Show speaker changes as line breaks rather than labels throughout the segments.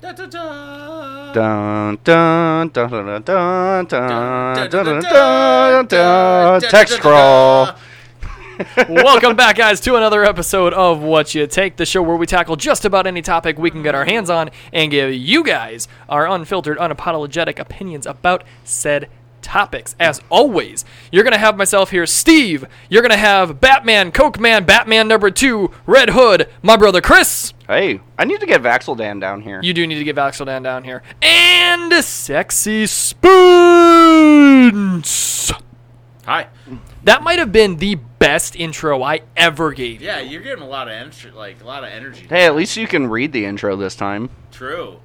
Da, da, da.
Dun dun dun dun dun dun
Dun,
dun
dun, dun, dun,
dun dun
dun,
dun
dun,
text
dun,
crawl.
dun.
Welcome back, guys, to another episode of What You Take, the show where we tackle just about any topic we can get our hands on and give you guys our unfiltered, unapologetic opinions about said topics. As always, you're going to have myself here, Steve. You're going to have Batman, Coke Man, Batman number two, Red Hood, my brother Chris.
Hey, I need to get Vaxeldan down here.
You do need to get Voxeldan down here. And Sexy Spoons.
Hi.
That might have been the best intro I ever gave.
Yeah, you're getting a lot of energy, like a lot of energy.
Hey, at least you can read the intro this time.
True.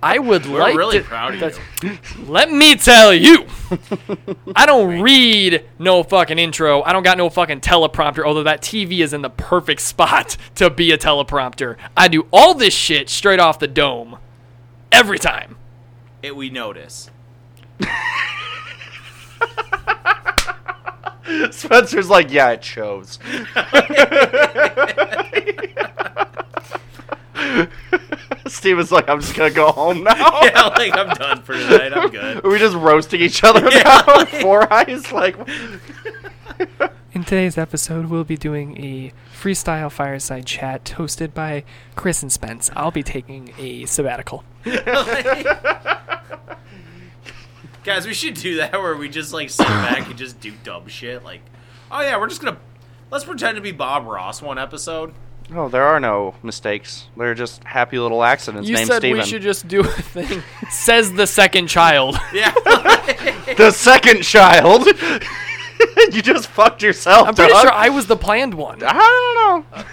I would
We're
like
really
to,
proud of
that's-
you.
Let me tell you, I don't read no fucking intro. I don't got no fucking teleprompter, although that TV is in the perfect spot to be a teleprompter. I do all this shit straight off the dome every time.
It we notice.
Spencer's like, yeah, it shows. Steve is like, I'm just gonna go home now.
Yeah, like I'm done for tonight. I'm good.
Are we just roasting each other now? Four eyes, like,
In today's episode, we'll be doing a freestyle fireside chat hosted by Chris and Spence. I'll be taking a sabbatical.
Guys, we should do that where we just like sit back and just do dumb shit. Like, oh yeah, we're just gonna let's pretend to be Bob Ross one episode.
oh, there are no mistakes. They're just happy little accidents
You
named
said
Steven.
we should just do a thing. Says the second child.
Yeah.
the second child. you just fucked yourself.
I'm pretty
dog.
sure I was the planned one.
I don't know.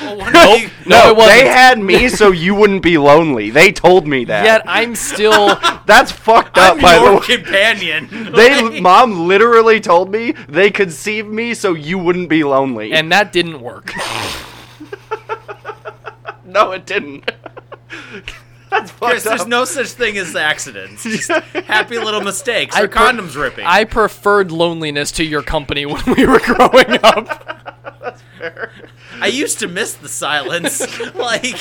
well, one
Nope.
day-
No, it wasn't.
they had me so you wouldn't be lonely. They told me that.
Yet I'm still.
That's fucked up,
I'm
by
your
the way.
companion.
They,
Like,
mom, literally told me they conceived me so you wouldn't be lonely.
And that didn't work.
no, it didn't. That's
Chris,
fucked
there's
up.
no such thing as accidents. Just happy little mistakes. Or
I per-
condoms ripping.
I preferred loneliness to your company when we were growing up.
I used to miss the silence. like,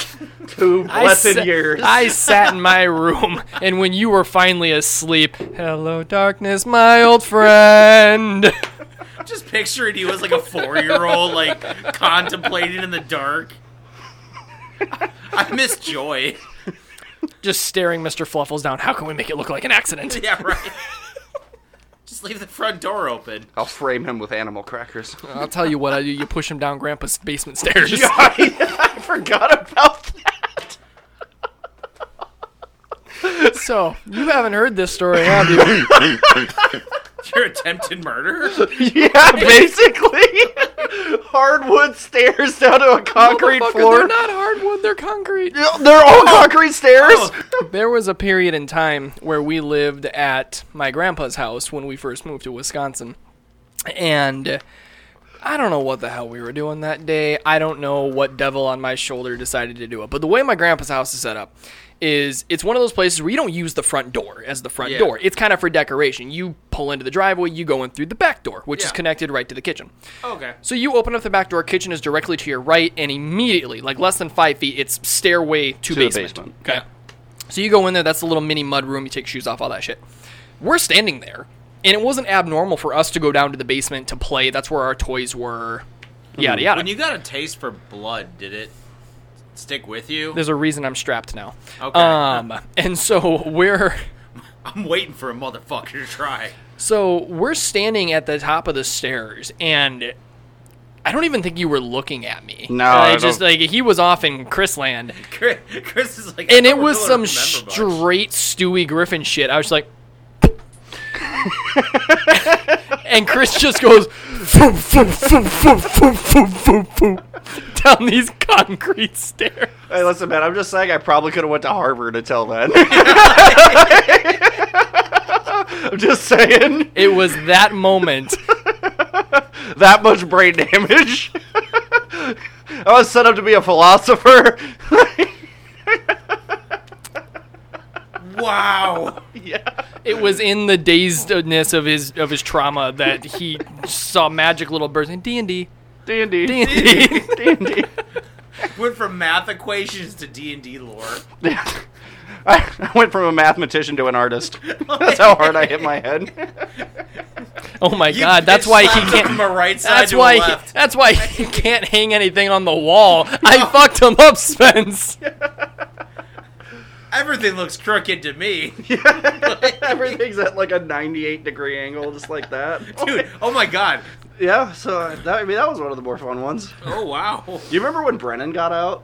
Two blessed
sa-
years.
I sat in my room, and when you were finally asleep, hello, darkness, my old friend.
just picturing you as like a four year old, like contemplating in the dark. I miss joy.
Just staring Mr. Fluffles down. How can we make it look like an accident?
Yeah, right. Just leave the front door open.
I'll frame him with animal crackers.
I'll tell you what I do. You push him down Grandpa's basement stairs.
I forgot about that.
So, you haven't heard this story, have you?
Your attempted murder?
Yeah, basically. Hardwood stairs down to a concrete
Motherfucker,
floor.
They're not Oh. hardwood, they're concrete.
They're all concrete stairs.
Oh. There was a period in time where we lived at my grandpa's house when we first moved to Wisconsin. And I don't know what the hell we were doing that day. I don't know what devil on my shoulder decided to do it. But the way my grandpa's house is set up is it's one of those places where you don't use the front door as the front
Yeah.
door. It's kind of for decoration. You pull into the driveway, you go in through the back door, which is
Yeah.
connected right to the kitchen.
Okay.
So you open up the back door, kitchen is directly to your right, and immediately, like less than five feet, it's stairway to,
the
basement.
basement.
Okay. So you go in there, that's the little mini mud room, you take shoes off, all that shit. We're standing there, and it wasn't abnormal for us to go down to the basement to play. That's where our toys were. Yada yada.
When you got a taste for blood, did it stick with you?
There's a reason I'm strapped now.
Okay.
Um and so we're
I'm waiting for a motherfucker to try.
So we're standing at the top of the stairs, and I don't even think you were looking at me.
No,
I,
I
just like he was off in Chris land,
Chris, Chris is like, I
and it
don't
was
really
some
remember much.
straight Stewie Griffin shit. I was like, and Chris just goes foop, foop, foop, foop, foop, foop, foop, foop, down these concrete stairs.
Hey, listen, man. I'm just saying. I probably could have went to Harvard until then. I'm just saying.
It was that moment.
That much brain damage. I was set up to be a philosopher.
Wow.
yeah.
It was in the dazedness of his of his trauma that he saw magic little birds in D and D.
D and D.
D and D.
D.
Went from math equations to D and D lore.
I I went from a mathematician to an artist. That's how hard I hit my head.
Oh my
You
God!
bitch
That's why he
slapped him From
can't.
a right side
That's
to
why.
a
He,
left.
that's why he can't hang anything on the wall. I fucked him up, Spence.
Everything looks crooked to me,
Everything's at like a 98 degree angle, just like that.
dude. Oh my god.
Yeah. So uh, that, I mean, that was one of the more fun ones.
Oh wow.
You remember when Brennan got out?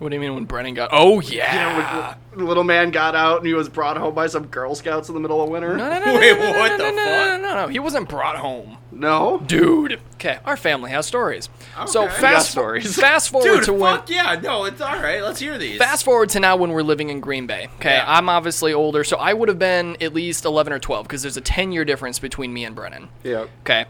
What do you mean when Brennan got? Oh yeah.
Yeah, when the little man got out and he was brought home by some Girl Scouts in the middle of winter.
No, no, no, no,
Wait,
no, no,
what
no,
the
no, No,
fuck?
no, no, no, he wasn't brought home,
No?
dude. Okay, our family has stories. So
Okay.
fast
You got
stories.
Fast forward
Dude,
to when.
fuck yeah. No, it's all right. Let's hear these.
Fast forward to now when we're living in Green Bay. Okay,
Yeah.
I'm obviously older, so I would have been at least 11 or 12 because there's a 10 year difference between me and Brennan.
Yeah.
Okay.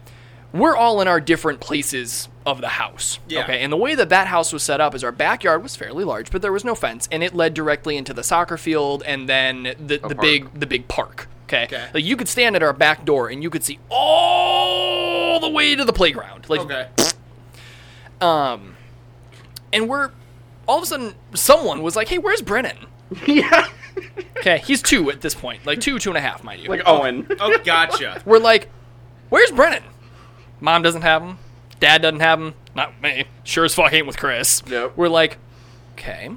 We're all in our different places of the house.
Yeah.
Okay. And the way that that house was set up is our backyard was fairly large, but there was no fence, and it led directly into the soccer field and then the, the big the big park. Okay.
Okay.
Like you could stand at our back door and you could see all the way to the playground. Like
Okay.
um and we're all of a sudden someone was like, Hey, where's Brennan?
yeah.
Okay, he's two at this point. Like two, two and a half, mind you.
Like Owen.
Oh, gotcha.
We're like, where's Brennan? Mom doesn't have him. Dad doesn't have him. Not me. Sure as fuck ain't with Chris.
Yep.
We're like, okay.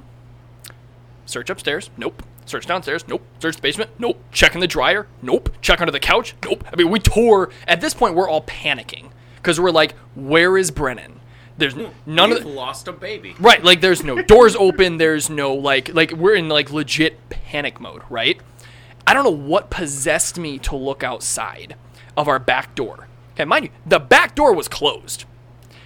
Search upstairs. Nope. Search downstairs. Nope. Search the basement. Nope. Check in the dryer. Nope. Check under the couch. Nope. I mean, we tore. At this point, we're all panicking because we're like, where is Brennan? There's n- none of
You've
the.
lost a baby.
Right, like there's no doors open, there's no like like we're in like legit panic mode, right? I don't know what possessed me to look outside of our back door. Okay, mind you, the back door was closed.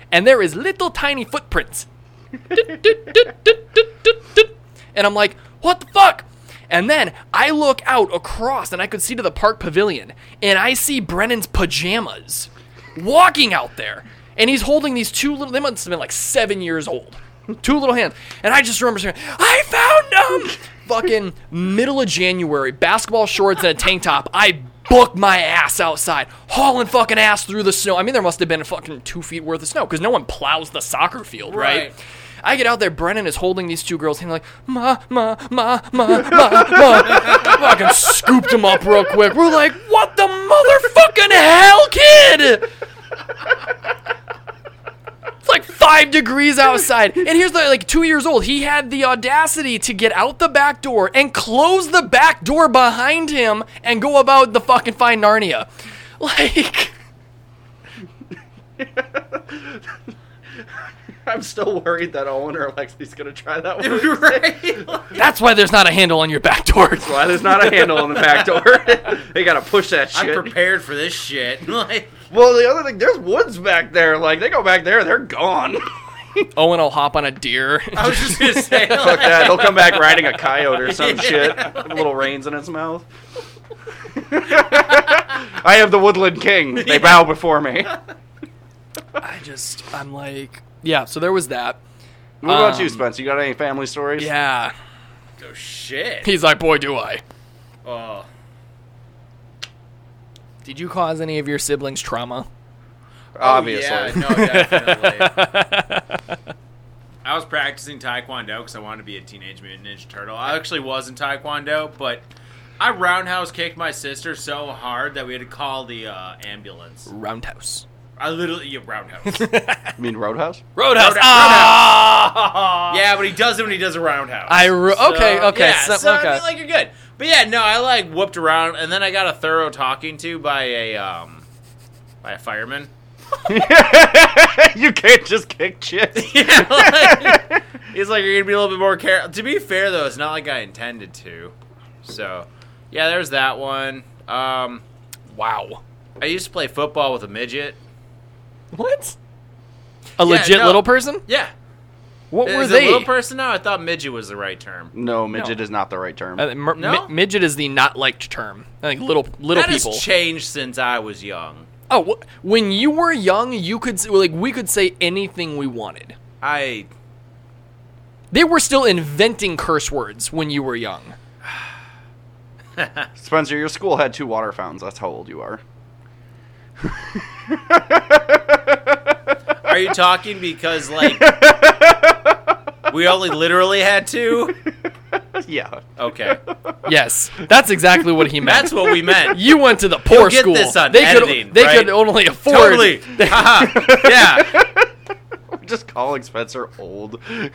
And there is little tiny footprints. Doot, doot, doot, doot, doot, doot, doot. and I'm like, what the fuck? And then I look out across and I could see to the park pavilion and I see Brennan's pajamas walking out there. And he's holding these two little, they must have been like seven years old. Two little hands. And I just remember saying, I found them! Fucking middle of January, basketball shorts and a tank top. I booked my ass outside, hauling fucking ass through the snow. I mean, there must have been fucking two feet worth of snow because no one plows the soccer field, right?
Right.
I get out there, Brennan is holding these two girls, and he's like, ma, ma, ma, ma, ma, ma. Fucking scooped him up real quick. We're like, what the motherfucking hell, kid? It's like five degrees outside. And here's the like two years old. He had the audacity to get out the back door and close the back door behind him and go about the fucking find Narnia. Like
I'm still worried that Owen or Alexi's going to try that one.
right?
that's why there's not a handle on your back door.
Why there's not a handle on the back door. they got to push that
I'm
shit.
prepared for this shit. Like,
well, the other thing, there's woods back there. Like, they go back there, they're gone.
Owen will hop on a deer.
I was just gonna say.
Fuck
Like,
that. They'll come back riding a coyote or some shit. With little reins in its mouth. I am the woodland king. They bow before me.
I just I'm like Yeah, so there was that.
What about you,
Um,
Spence? You got any family stories?
Yeah.
oh shit.
He's like, boy do I.
Oh.
Did you cause any of your siblings trauma?
Obviously.
Oh, yeah, no, definitely. I was practicing Taekwondo because I wanted to be a Teenage Mutant Ninja Turtle. I actually was in Taekwondo, but I roundhouse kicked my sister so hard that we had to call the uh, ambulance.
Roundhouse.
I literally, yeah, roundhouse.
You mean Roadhouse?
Roadhouse.
Roadhouse.
Ah!
yeah, but he does it when he does a roundhouse.
I ro- okay, okay,
yeah,
so-
so,
okay.
I mean, like you're good. But yeah, no, I like whooped around, and then I got a thorough talking to by a um, by a fireman.
you can't just kick chicks.
Yeah, like, he's like, you're gonna be a little bit more careful. To be fair, though, it's not like I intended to. So, yeah, there's that one. Um,
Wow.
I used to play football with a midget.
What? A
Yeah,
legit
no.
little person?
Yeah.
What were
Is
they?
it little person now? I thought midget was the right term.
No, midget is not the right term.
Uh, mer- mi-
No?
midget is the not liked term. I think little little
That has
people.
changed since I was young.
oh, wh- when you were young, you could s- like we could say anything we wanted.
I
They were still inventing curse words when you were young.
Spencer, your school had two water fountains. That's how old you are.
are you talking because like we only literally had two?
yeah.
Okay,
Yes, that's exactly what he meant.
that's what we meant.
you went to the poor
get
school.
this on
they
editing,
could they
right?
could only afford.
Totally. Haha. yeah.
We're just calling Spencer old.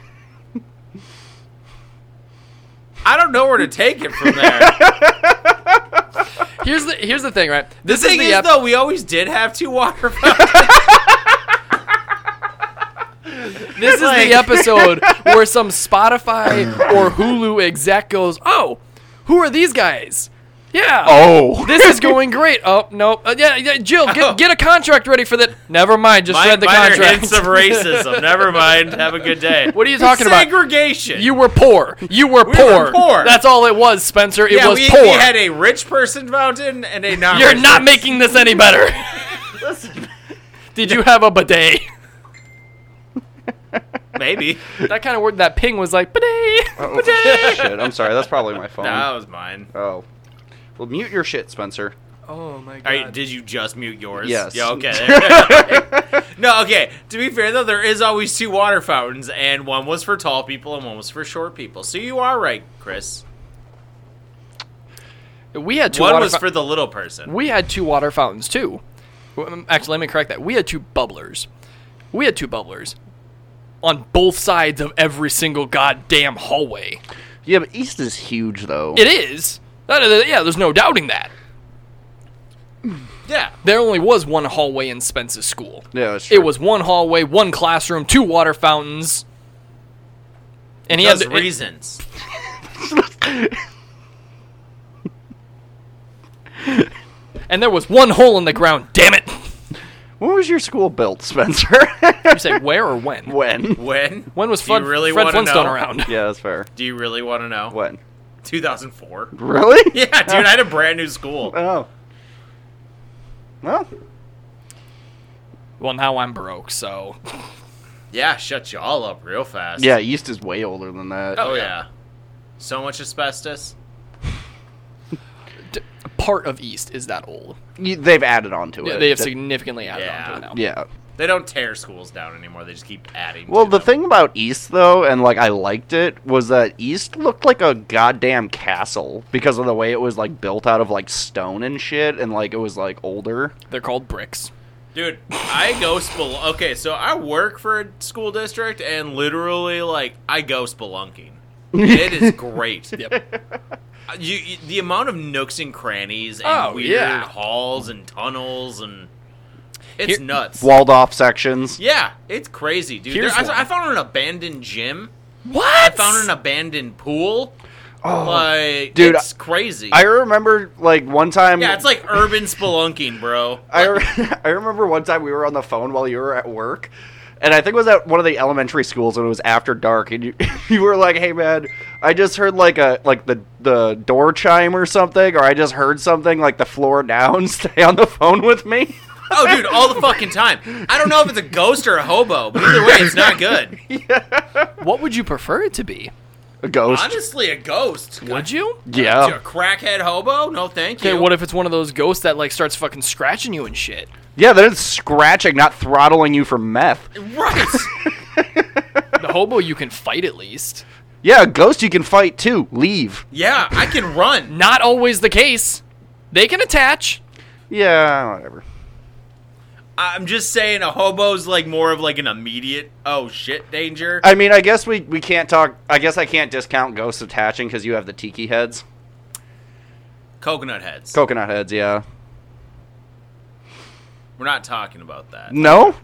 I don't know where to take it from there.
Here's the here's the thing, right?
The
This
thing
is
is,
the ep-
though, we always did have two water fountains.
This is
Like-
the episode where some Spotify or Hulu exec goes, "Oh, who are these guys? Yeah,
Oh.
this is going great. Oh no, uh, yeah, yeah, Jill, get,
Oh.
get a contract ready for that. Never mind, just
Mine,
read the
mine are
contract.
hints of racism. Never mind. Have a good day.
What are you talking about?
Segregation.
You were poor. You were
We
poor.
were poor.
That's all it was, Spencer. It
yeah,
was
we,
poor.
we had a rich person fountain and a non.
You're not making this any better. Did you have a bidet?
maybe.
That kind of word. That ping was like bidet.
Oh, shit. I'm sorry. That's probably my phone.
That was mine.
Oh. Well, mute your shit, Spencer.
Oh my god.
All right, did you just mute yours?
Yes.
Yeah, okay. there- no, okay. To be fair, though, there is always two water fountains, and one was for tall people and one was for short people. So you are right, Chris.
we had two
one
water
was
fou-
for the little person.
We had two water fountains too. Um, Actually, let me correct that. We had two bubblers. We had two bubblers on both sides of every single goddamn hallway.
Yeah, but East is huge, though.
It is. That is- yeah, there's no doubting that.
Yeah.
There only was one hallway in Spence's school.
yeah, that's true.
It was one hallway, one classroom, two water fountains. And he had
Those
to,
reasons.
and there was one hole in the ground. Damn it!
When was your school built, Spencer?
You say where or when?
when?
When?
When was
Do you
Fred,
really
Fred
wanna
Flintstone
know?
around?
Yeah, that's fair.
Do you really want to know?
When?
2004.
Really?
Yeah, dude, I had a brand new school.
Oh. Well,
Well, now I'm broke, so
Yeah, shut y'all up real fast.
yeah, East is way older than that.
Oh, yeah. So much asbestos.
D- part of East is that old.
You- They've added on to it.
Yeah, they have
That-
significantly added
Yeah.
on to it now.
Yeah.
They don't tear schools down anymore. They just keep adding.
Well,
to
the
them.
thing about East though, and like I liked it, was that East looked like a goddamn castle because of the way it was like built out of like stone and shit, and like it was like older.
They're called bricks.
Dude, I go spelunking. Okay, so I work for a school district, and literally, like, I go spelunking. It is great.
Yep.
You, you- the amount of nooks and crannies and
Oh,
weird
yeah.
halls and tunnels and it's
Here-
nuts.
Walled off sections.
yeah, it's crazy, dude. There,
Here's
I, I
one.
found an abandoned gym.
what?
I found an abandoned pool. Oh, like,
dude,
it's crazy.
I remember like one time.
yeah, it's like urban spelunking, bro.
I, re- I remember one time we were on the phone while you were at work, and I think it was at one of the elementary schools, and it was after dark, and you you were like, "Hey man, I just heard like a like the the door chime or something, or I just heard something like the floor down. Stay on the phone with me."
Oh, dude, all the fucking time. I don't know if it's a ghost or a hobo, but either way, it's not good.
what would you prefer it to be?
A ghost.
Honestly, a ghost.
Would you?
God, you a
yeah,
crackhead hobo? No, thank you.
Okay, what if it's one of those ghosts that like starts fucking scratching you and shit?
yeah. That is scratching, not throttling you for meth.
Right.
The hobo you can fight at least.
Yeah, a ghost you can fight too. Leave.
yeah, I can run.
Not always the case. They can attach.
Yeah, whatever.
I'm just saying, a hobo's like more of like an immediate oh shit danger.
I mean, I guess we we can't talk. I guess I can't discount ghosts attaching because you have the tiki heads,
Coconut heads.
coconut heads. Yeah.
We're not talking about that.
No.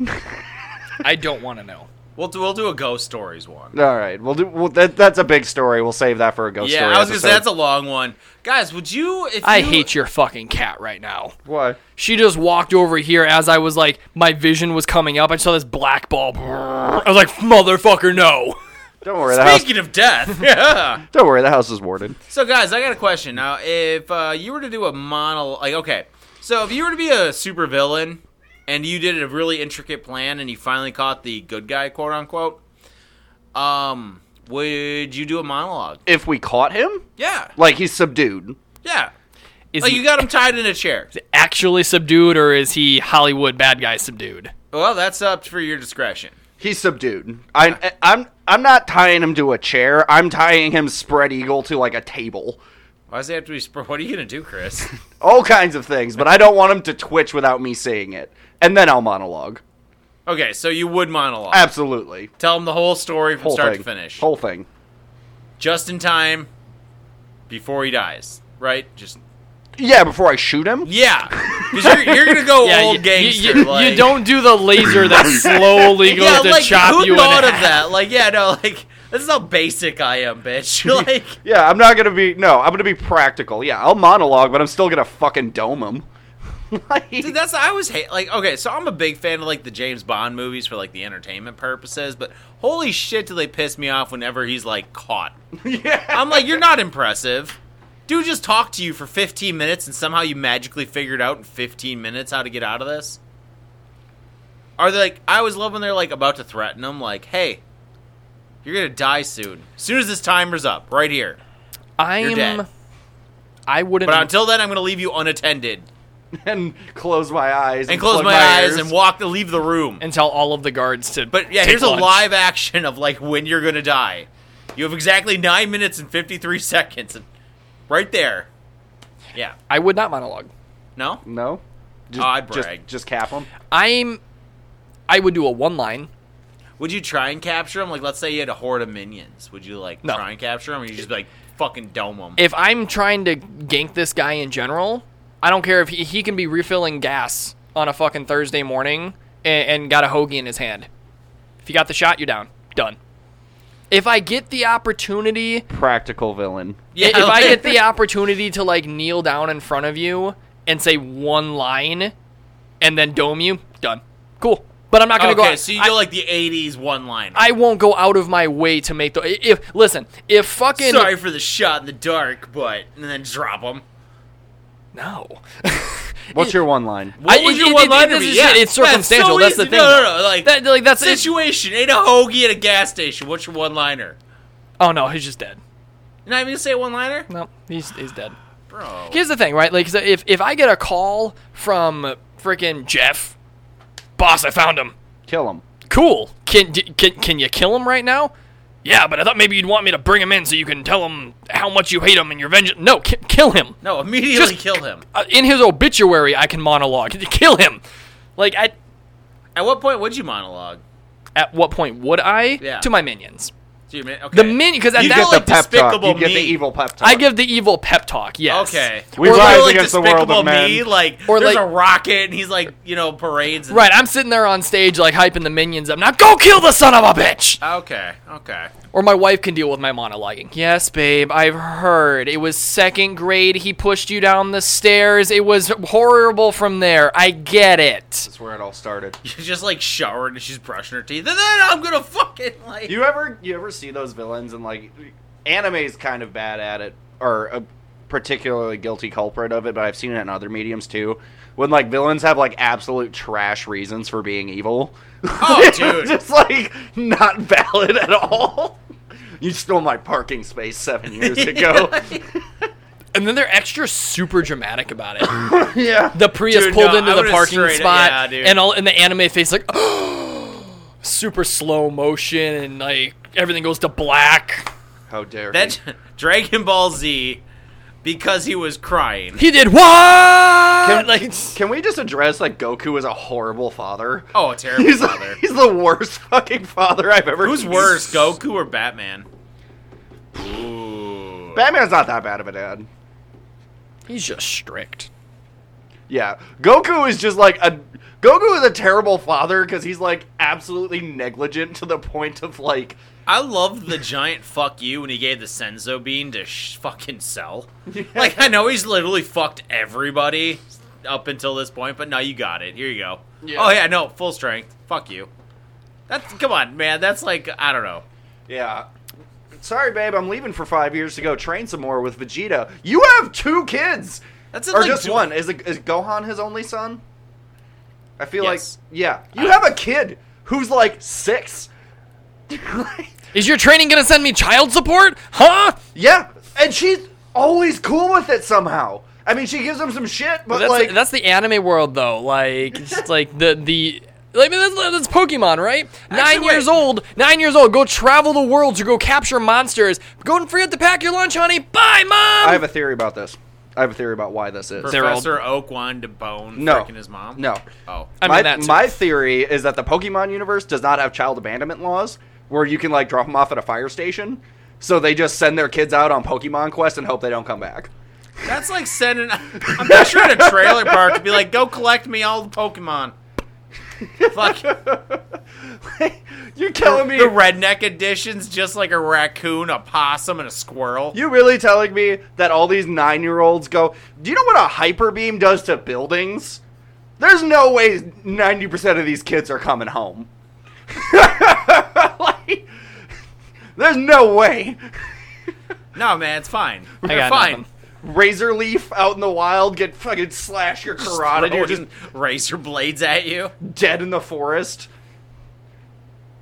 I don't want to know.
We'll do, we'll do a ghost stories one.
All right, we'll do. Well, that, that's a big story. We'll save that for a ghost story.
yeah, I was gonna say that's
episode.
a long one, guys. Would you? If
I
you-
hate your fucking cat right now.
Why?
She just walked over here as I was like, my vision was coming up. I saw this black ball. I was like, motherfucker, no.
Don't worry, the house.
Speaking of death, yeah.
Don't worry, the house is warded.
So, guys, I got a question. Now, if uh, you were to do a mono, like, okay, so if you were to be a supervillain and you did a really intricate plan and you finally caught the good guy, quote unquote, um, would you do a monologue?
If we caught him,
Yeah,
like he's subdued.
yeah.
Is
Like
he
Oh, you got him tied in a chair.
actually subdued or is he Hollywood bad guy subdued?
Well, that's up for your discretion.
He's subdued. I, I'm. I'm not tying him to a chair. I'm tying him spread eagle to like a table.
Why does it have to be? sp- What are you gonna do, Chris?
All kinds of things, but I don't want him to twitch without me seeing it. And then I'll monologue.
Okay, so you would monologue.
Absolutely.
Tell him the whole story from
Whole
start
thing.
to finish.
Whole thing.
Just in time before he dies, right? Just
Yeah, before I shoot him.
yeah, because you're, you're gonna go old
you,
gangster.
you- you
like,
don't do the laser that slowly goes
yeah,
to
like
chop
who
you in
thought of
half.
that? Like yeah, no, like this is how basic I am, bitch. Like
Yeah, I'm not gonna be. No, I'm gonna be practical. Yeah, I'll monologue, but I'm still gonna fucking dome him. Like-
Dude, that's I always hate. Like, okay, so I'm a big fan of like the James Bond movies for like the entertainment purposes, but holy shit, do they piss me off whenever he's like caught? Yeah, I'm like, you're not impressive. Dude, just talk to you for 15 minutes, and somehow you magically figured out in 15 minutes how to get out of this. Are they like? I always love when they're like about to threaten him, like, "Hey, you're gonna die soon. As soon as this timer's up, right here."
I'm.
dead.
I wouldn't.
But until then, I'm gonna leave you unattended
and close my eyes
and close
plug
my, eyes
ears.
and walk and leave the room.
and tell all of the guards to.
But yeah,
take
here's
lunch.
a live action of like when you're gonna die. You have exactly nine minutes and fifty three seconds, and right there. Yeah.
I would not monologue.
No.
No. Just,
I'd
just-
Oh, brag.
Just, cap him.
I'm. I would do a one line.
Would you try and capture him? Like, let's say you had a horde of minions. Would you like
No.
try and capture him, or you just be like fucking dome him?
If I'm trying to gank this guy in general, I don't care if he, he can be refilling gas on a fucking Thursday morning and, and got a hoagie in his hand. If you got the shot, you're down. Done. If I get the opportunity
Practical villain.
yeah.
if I
like-
get the opportunity to like kneel down in front of you and say one line and then dome you, done. Cool. But I'm not gonna
okay,
go.
so you
I,
go like the '80s one line.
I won't go out of my way to make the. If listen, if fucking
Sorry for the shot in the dark, but and then drop him.
no.
What's your one line?
What
I-
would
it-
your
it-
one
it-
liner
it's
be?
just-
Yeah,
it's circumstantial,
so
that's the
easy.
thing,
No,
though.
no, no. Like,
That- like, that's- it's-
situation. Ain't a hoagie at a gas station. What's your one liner?
oh no, he's just dead.
You're not even gonna say one liner,
No, he's he's dead.
bro.
Here's the thing, right? Like, so if if I get a call from freaking Jeff, boss, I found him.
Kill him.
cool. Can, d- can can you kill him right now? Yeah, but I thought maybe you'd want me to bring him in so you can tell him how much you hate him and your vengeance. No, ki- kill him.
No, immediately
Just-
kill him.
Uh, in his obituary, I can monologue. Kill him. Like I,
At what point would you monologue?
at what point would I
Yeah.
to my minions?
Do you min- okay.
The minion because at
You
that
get
like,
the pep- Despicable
You get the
Me.
evil pep talk.
I give the evil pep talk. Yes.
Okay.
We
Or
rise
literally
against the world of
Despicable
men.
Me, like,
Or
there's
like-
a rocket, and he's like, you know, parades. And,
Right, I'm sitting there on stage like hyping the minions up. Now go kill the son of a bitch.
Okay. Okay.
Or my wife can deal with my monologuing. Yes, babe, I've heard. It was second grade. He pushed you down the stairs. It was horrible from there. I get it.
That's where it all started.
She's just like showering, and she's brushing her teeth, and then I'm gonna fucking like.
You ever you ever see those villains and like anime's kind of bad at it or a particularly guilty culprit of it, but I've seen it in other mediums too. When like villains have like absolute trash reasons for being evil.
Oh, dude.
Just like not valid at all. You stole my parking space seven years ago.
And then they're extra super dramatic about it.
yeah.
The Prius
Dude,
pulled
no, I
into the
would've
parking
straight-
spot,
yeah, dude.
and all in the anime face like, super slow motion, and like everything goes to black.
How dare you.
That Dragon Ball Z, because he was crying.
He did what?
Can-
like,
Can we just address like Goku is a horrible father?
Oh, a terrible
he's,
father.
he's the worst fucking father I've ever.
Who's
seen.
worse, Goku or Batman? Ooh.
Batman's not that bad of a dad.
he's just strict.
Yeah, Goku is just like a Goku is a terrible father because he's like absolutely negligent to the point of like,
I love the giant fuck you when he gave the Senzo bean to sh- fucking sell. Like, I know he's literally fucked everybody up until this point, but now you got it. Here you go.
Yeah.
Oh, yeah, no, full strength. Fuck you. That's, come on, man. That's like, I don't know.
yeah. Sorry, babe, I'm leaving for five years to go train some more with Vegeta. You have two kids,
That's in,
or
like,
just
two-
one? Is, it, is Gohan his only son? I feel
Yes.
like yeah. You have a kid who's like six.
Is your training gonna send me child support? Huh?
yeah, and she's always cool with it somehow. I mean, she gives him some shit, but
that's,
like
that's the anime world though. Like it's just like the the. I mean, that's, that's Pokemon, right? Nine
Actually, wait.
years old. Nine years old. Go travel the world to go capture monsters. Go and forget to pack your lunch, honey. Bye, mom.
I have a theory about this. I have a theory about why this is.
They're all-
Professor Oak wanted to bone
No.
frickin' his mom?
No.
Oh.
I mean,
my,
that too.
my theory is that the Pokemon universe does not have child abandonment laws where you can like drop them off at a fire station. So they just send their kids out on Pokemon Quest and hope they don't come back.
That's like sending. I'm picturing a trailer park to be like, go collect me all the Pokemon. Fuck.
You're telling me
The redneck edition's just like a raccoon, a possum, and a squirrel.
you really telling me that all these nine year olds go, Do you know what a hyper beam does to buildings? There's no way ninety percent of these kids are coming home. like, there's no way.
no, man, it's fine.
I
You're
got
fine.
nothing.
Razor leaf out in the wild, get fucking slash your carotid. You're just
Throwing razor blades at you.
dead in the forest.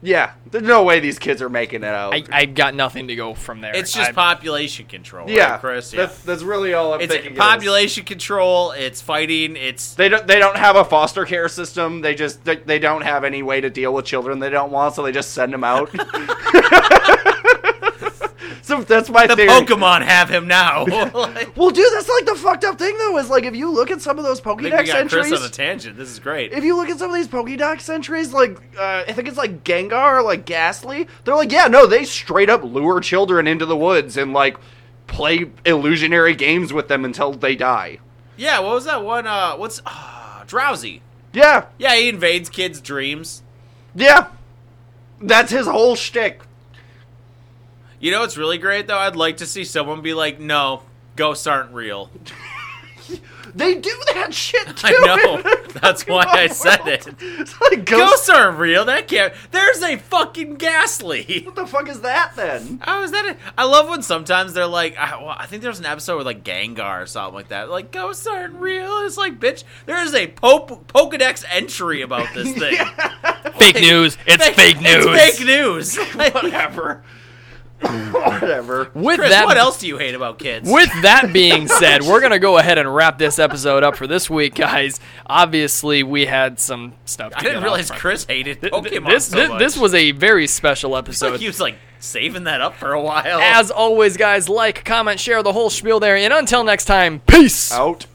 Yeah, there's no way these kids are making it out.
I, I've got nothing to go from there.
It's just
I-
population control,
yeah,
right, Chris. Yeah.
That's, that's really all I'm thinking.
It's
is-
population control. It's fighting. It's
They don't. They don't have a foster care system. They just. They, they don't have any way to deal with children they don't want, so they just send them out. so that's my
the
theory.
Pokemon have him now. like,
Well, dude, that's like the fucked up thing though. Is like if you look at some of those
I think we
Pokédex
got Chris
entries,
on a tangent. This is great.
if you look at some of these Pokédex entries, like uh, I think it's like Gengar or like Ghastly, they're like, yeah, no, they straight up lure children into the woods and like play illusionary games with them until they die.
yeah, what was that one? Uh, what's uh, drowsy?
Yeah,
Yeah, he invades kids' dreams.
yeah, that's his whole shtick.
You know what's really great though? I'd like to see someone be like, "No, ghosts aren't real."
They do that shit too.
I know.
in the
That's why I
Pokemon
said
world.
it.
It's like ghost.
Ghosts aren't real. That can't. There's a fucking ghastly.
What the fuck is that then?
How Oh, is that? A, I love when sometimes they're like, I, well, I think there's an episode with like Gengar or something like that. Like ghosts aren't real. It's like, bitch, there is a Pope, Pokedex entry about this thing.
fake news. It's
Like,
fake news.
It's fake news. Like,
Whatever. Whatever.
With
Chris,
that,
what else do you hate about kids?
With that being said, we're going to go ahead and wrap this episode up for this week, guys. Obviously, we had some stuff to
I didn't
get
realize
off.
Chris hated Pokemon
this,
so
this,
much.
this was a very special episode.
like he was like saving that up for a while.
As always, guys, like, comment, share the whole spiel there. And until next time, peace.
Out.